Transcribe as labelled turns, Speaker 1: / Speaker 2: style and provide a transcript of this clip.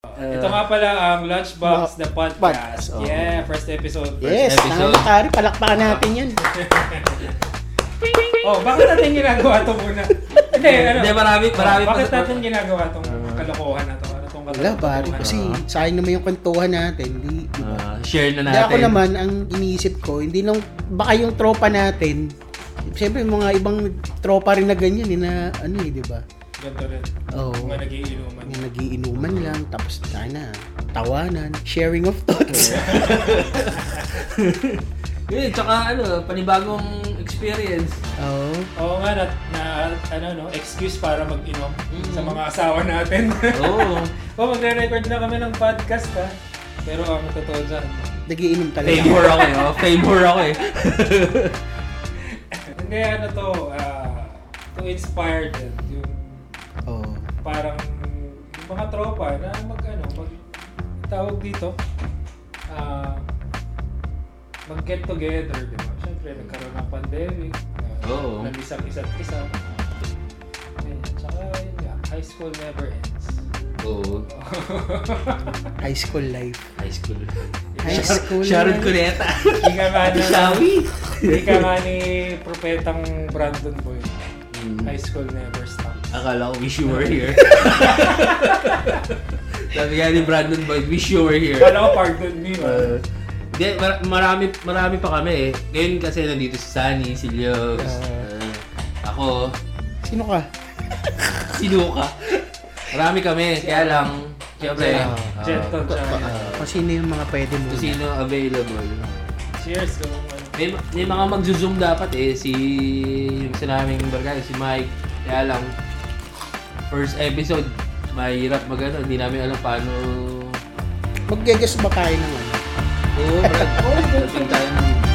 Speaker 1: Ah.
Speaker 2: Uh, Ito nga pala ang Lunchbox
Speaker 1: No,
Speaker 2: na podcast.
Speaker 1: podcast, oh.
Speaker 2: Yeah, first episode. First
Speaker 1: Yes,
Speaker 3: episode.
Speaker 1: nangyari. Palakpakan natin yan.
Speaker 2: Oh, bakit natin ginagawa to muna? Hindi, ano?
Speaker 3: Hindi, marami, marami.
Speaker 2: bakit natin ginagawa tong kalokohan na to? Ano tong
Speaker 1: Ah. Wala, pare.
Speaker 2: kalokohan?
Speaker 1: Kasi sayang naman yung kwentuhan natin. Hindi, di ba?
Speaker 3: Ah, share na
Speaker 1: Hindi
Speaker 3: natin.
Speaker 1: ako naman, ang iniisip ko, hindi lang, baka yung tropa natin, siyempre yung mga ibang tropa rin na ganyan, eh, na ano eh, di ba?
Speaker 2: Ganito rin.
Speaker 1: Oo.
Speaker 2: Mga nagiinuman.
Speaker 1: Yung nagiinuman lang, tapos na, tawanan, sharing of thoughts.
Speaker 3: Yun, tsaka ano, panibagong experience.
Speaker 1: Oo.
Speaker 2: Oo nga, na, na, ano, no, excuse para mag-inom
Speaker 1: Mm.
Speaker 2: sa mga asawa natin.
Speaker 3: Oo.
Speaker 2: oh, magre-record na kami ng podcast, ha? Pero ang totoo dyan,
Speaker 1: Nagiinom talaga.
Speaker 3: Favor ako eh. Oh. Favor ako eh.
Speaker 2: hindi, ano to, ah, to inspire din, yung
Speaker 1: Oo.
Speaker 2: parang yung mga tropa na mag, ano, mag, tawag dito, ah, mag-get together, di ba? Siyempre, nagkaroon ng pandemic, uh,
Speaker 3: Oo.
Speaker 2: nalisang isa't isa. Ayan, tsaka, yun nga, high school never ends.
Speaker 3: Oo.
Speaker 1: High school life.
Speaker 3: High school.
Speaker 1: High school
Speaker 3: Sharon
Speaker 1: life.
Speaker 3: Cuneta.
Speaker 2: Hindi ka nga na-
Speaker 3: Shawi.
Speaker 2: Hindi ka nga ni Propetang Brandon Boy.
Speaker 3: Mm.
Speaker 2: High school never stops.
Speaker 3: Akala ko, wish you were here. Sabi nga ni Brandon Boyd, wish you were here.
Speaker 2: Wala ko pardon me.
Speaker 3: Uh,
Speaker 2: man.
Speaker 3: Hindi, mar- marami, marami pa kami eh. Ngayon kasi nandito si Sunny, si
Speaker 1: Ah.
Speaker 3: Lyobs, uh, ako,
Speaker 1: Sino ka?
Speaker 3: si Luca. Marami kami, kaya lang, siyempre,
Speaker 2: Jet- Jet
Speaker 3: uh,
Speaker 2: to China.
Speaker 1: O Ah. sino yung mga pwede mo?
Speaker 3: kung sino available.
Speaker 2: Cheers kung ano.
Speaker 3: May, may mga mag-zoom dapat eh, si, yung sinaming barkada, si Mike. Kaya lang, first episode, mahirap mag ano, hindi namin alam paano
Speaker 1: Mag-guess ba tayo ng ano?
Speaker 3: Oo, Brad. Dating tayo ng